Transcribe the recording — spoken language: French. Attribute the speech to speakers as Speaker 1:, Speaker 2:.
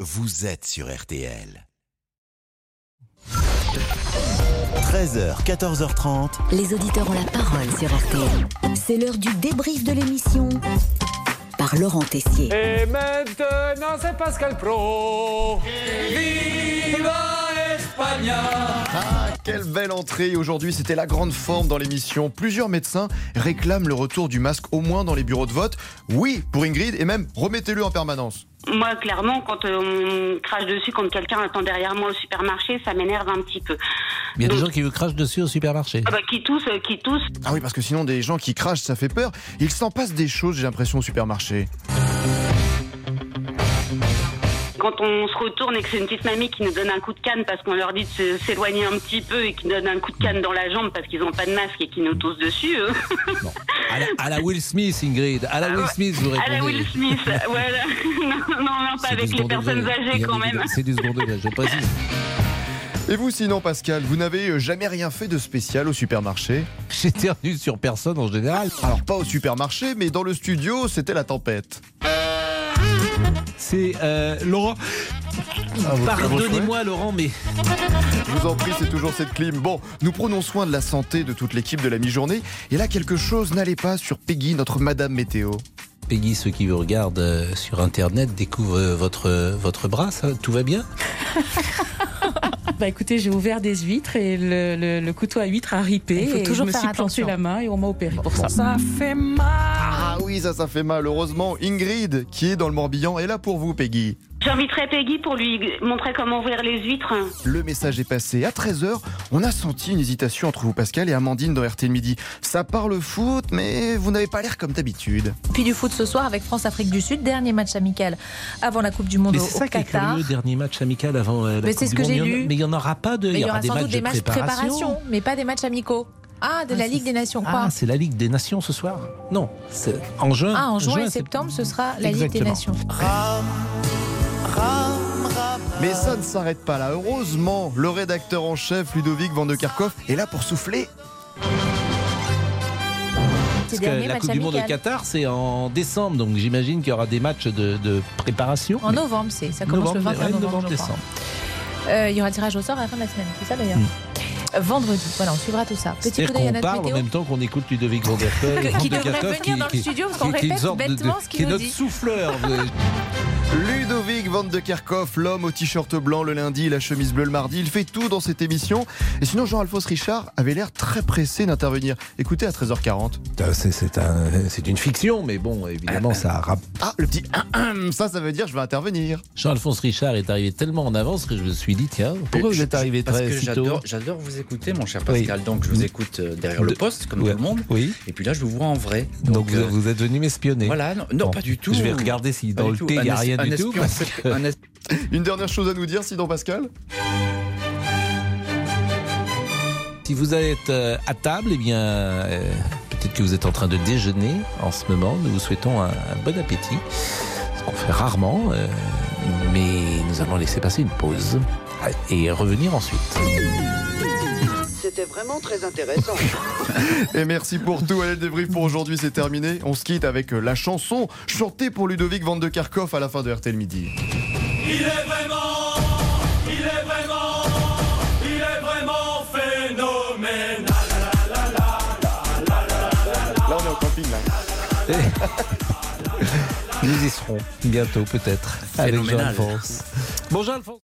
Speaker 1: vous êtes sur RTL. 13h, 14h30.
Speaker 2: Les auditeurs ont la parole sur RTL. C'est l'heure du débrief de l'émission par Laurent Tessier.
Speaker 3: Et maintenant, c'est Pascal Pro. Viva España
Speaker 4: Ah, quelle belle entrée Aujourd'hui, c'était la grande forme dans l'émission. Plusieurs médecins réclament le retour du masque au moins dans les bureaux de vote. Oui, pour Ingrid, et même remettez-le en permanence.
Speaker 5: Moi, clairement, quand euh, on crache dessus, quand quelqu'un attend derrière moi au supermarché, ça m'énerve un petit peu.
Speaker 6: Il y a des gens qui vous crachent dessus au supermarché.
Speaker 5: Ah bah, qui toussent, euh, qui toussent.
Speaker 4: Ah oui, parce que sinon, des gens qui crachent, ça fait peur. Il s'en passe des choses, j'ai l'impression, au supermarché.
Speaker 5: Quand on se retourne et que c'est une petite mamie qui nous donne un coup de canne parce qu'on leur dit de se- s'éloigner un petit peu et qui donne un coup de canne dans la jambe parce qu'ils n'ont pas de masque et qui nous toussent dessus. euh.
Speaker 6: À la, à la Will Smith, Ingrid. Ah À la Will Smith, vous
Speaker 5: à
Speaker 6: répondez.
Speaker 5: la Will Smith, voilà. Non, non, non, pas
Speaker 6: C'est du
Speaker 5: avec les
Speaker 6: second
Speaker 5: personnes
Speaker 6: degré.
Speaker 5: âgées
Speaker 6: Bien
Speaker 5: quand même.
Speaker 6: évidemment, C'est du second degré, je précise.
Speaker 4: Et vous, sinon, Pascal, vous n'avez euh, jamais rien fait de spécial au supermarché
Speaker 6: J'éternue sur personne en général.
Speaker 4: Alors, pas au supermarché, mais dans le studio, c'était la tempête.
Speaker 6: C'est euh, Laurent. Pardonnez-moi, Laurent, mais
Speaker 4: Je vous en prie, c'est toujours cette clim. Bon, nous prenons soin de la santé de toute l'équipe de la mi-journée. Et là, quelque chose n'allait pas sur Peggy, notre Madame Météo.
Speaker 6: Peggy, ceux qui vous regardent euh, sur Internet découvrent euh, votre, euh, votre bras, ça, tout va bien
Speaker 7: Bah écoutez, j'ai ouvert des huîtres et le, le- le couteau à huîtres a ripé.
Speaker 8: Il faut
Speaker 7: et
Speaker 8: toujours
Speaker 7: je me
Speaker 8: faire
Speaker 7: suis planté
Speaker 8: attention.
Speaker 7: la main et on m'a opéré pour ça.
Speaker 4: Ah oui, ça, ça fait mal. Heureusement, Ingrid, qui est dans le Morbihan, est là pour vous, Peggy.
Speaker 5: J'inviterai Peggy pour lui montrer comment ouvrir les huîtres.
Speaker 4: Le message est passé. À 13h, on a senti une hésitation entre vous, Pascal, et Amandine dans RT Midi. Ça parle foot, mais vous n'avez pas l'air comme d'habitude.
Speaker 8: Puis du foot ce soir avec France-Afrique du Sud, dernier match amical avant la Coupe du Monde
Speaker 6: Mais
Speaker 8: au,
Speaker 6: c'est ça
Speaker 8: au
Speaker 6: qui est
Speaker 8: Qatar.
Speaker 6: curieux, dernier match amical avant euh, la
Speaker 8: Mais
Speaker 6: Coupe
Speaker 8: c'est ce
Speaker 6: du
Speaker 8: que
Speaker 6: Monde.
Speaker 8: j'ai
Speaker 6: Il y en a-
Speaker 8: lu.
Speaker 6: Mais il y en aura pas de.
Speaker 8: Mais il y aura
Speaker 6: des
Speaker 8: sans
Speaker 6: matchs
Speaker 8: doute des
Speaker 6: de
Speaker 8: matchs de préparation, mais pas des matchs amicaux. Ah, de
Speaker 6: Ah,
Speaker 8: la
Speaker 6: c'est-
Speaker 8: Ligue des Nations, quoi.
Speaker 6: Ah, c'est la Ligue des Nations ce soir Non, c'est en juin.
Speaker 8: Ah, en juin et
Speaker 6: c'est-
Speaker 8: septembre, ce sera la Ligue des
Speaker 6: Exactement.
Speaker 8: Nations.
Speaker 9: Ah,
Speaker 4: Mais ça ne s'arrête pas là. Heureusement, le rédacteur en chef, Ludovic Van de Kerkhoff, est là pour souffler.
Speaker 8: C'est
Speaker 6: Parce
Speaker 8: dernier
Speaker 6: que la
Speaker 8: match
Speaker 6: Coupe du Monde au
Speaker 8: amical.
Speaker 6: Qatar, c'est en décembre, donc j'imagine qu'il y aura des matchs de, de préparation.
Speaker 8: En
Speaker 6: Mais-
Speaker 8: novembre, c'est ça commence
Speaker 6: novembre,
Speaker 8: le 21
Speaker 6: ouais,
Speaker 8: novembre.
Speaker 6: novembre,
Speaker 8: je crois.
Speaker 6: décembre. Hmm.
Speaker 8: Euh, il y aura le tirage au sort à la fin de la semaine, c'est ça d'ailleurs. Euh, Vendredi, voilà, on suivra tout ça. Petit
Speaker 6: C'est-à-dire
Speaker 8: coup d'œil à
Speaker 6: qu'on
Speaker 8: notre
Speaker 6: parle en
Speaker 8: météo.
Speaker 6: même temps qu'on écoute Ludovic Van der Kerkhoff,
Speaker 8: Que-
Speaker 6: Van
Speaker 8: qui
Speaker 6: der
Speaker 8: devrait
Speaker 6: Kerkhoff,
Speaker 8: venir dans le studio, parce qu'on
Speaker 6: qui- qui est une
Speaker 8: répète
Speaker 6: sorte de- de-
Speaker 8: bêtement ce qu'il
Speaker 6: Qui est
Speaker 8: nous
Speaker 6: notre
Speaker 8: dit.
Speaker 6: souffleur.
Speaker 4: Ludovic Van de Kerkhoff, l'homme au t-shirt blanc le lundi, la chemise bleue le mardi, il fait tout dans cette émission. Et sinon, Jean-Alphonse Richard avait l'air très pressé d'intervenir. Écoutez à 13h40.
Speaker 6: Putain, c'est- C'est un- c'est une fiction, mais bon, évidemment, ça rappe.
Speaker 4: Ah, le petit ahem, ça, ça veut dire je vais intervenir.
Speaker 6: Jean-Alphonse Richard est arrivé tellement en avance que je me suis dit, tiens, pourquoi vous êtes arrivé
Speaker 9: Parce
Speaker 6: très
Speaker 9: que
Speaker 6: si tôt
Speaker 9: j'adore, j'adore vous écouter, mon cher
Speaker 6: Oui.
Speaker 9: Pascal. Donc, je vous écoute euh, derrière
Speaker 6: De-
Speaker 9: le poste, comme
Speaker 6: Ouais.
Speaker 9: tout le monde.
Speaker 6: Oui.
Speaker 9: Et puis là, je vous vois en vrai.
Speaker 6: Donc,
Speaker 9: euh,
Speaker 6: vous, vous êtes venu m'espionner.
Speaker 9: voilà, non, non,
Speaker 6: Bon,
Speaker 9: pas du tout.
Speaker 6: Je vais regarder si
Speaker 9: Pas
Speaker 6: dans
Speaker 9: du
Speaker 6: le
Speaker 9: tout.
Speaker 6: thé, il n'y
Speaker 9: Un
Speaker 6: a
Speaker 9: es-
Speaker 6: rien
Speaker 9: un
Speaker 6: du tout.
Speaker 9: espion
Speaker 6: parce
Speaker 9: secré-
Speaker 6: que-
Speaker 9: un es-
Speaker 4: Une dernière chose à nous dire, sinon, Pascal
Speaker 6: Si vous êtes euh, à table, eh bien, euh, peut-être que vous êtes en train de déjeuner en ce moment. Nous vous souhaitons un, un bon appétit, ce qu'on fait rarement, euh, mais nous allons laisser passer une pause et revenir ensuite.
Speaker 10: C'était vraiment très intéressant.
Speaker 4: Et merci pour tout. Allez, le débrief pour aujourd'hui, c'est terminé. On se quitte avec euh, la chanson chantée pour Ludovic Van de Kerkhoff à la fin de RTL Midi.
Speaker 3: Il est vraiment, il est vraiment, il est vraiment phénoménal.
Speaker 4: Là, on est au camping, là.
Speaker 6: Nous y serons bientôt peut-être avec
Speaker 9: Phénoménal.
Speaker 6: Jean-Alphonse. Bonjour Alphonse.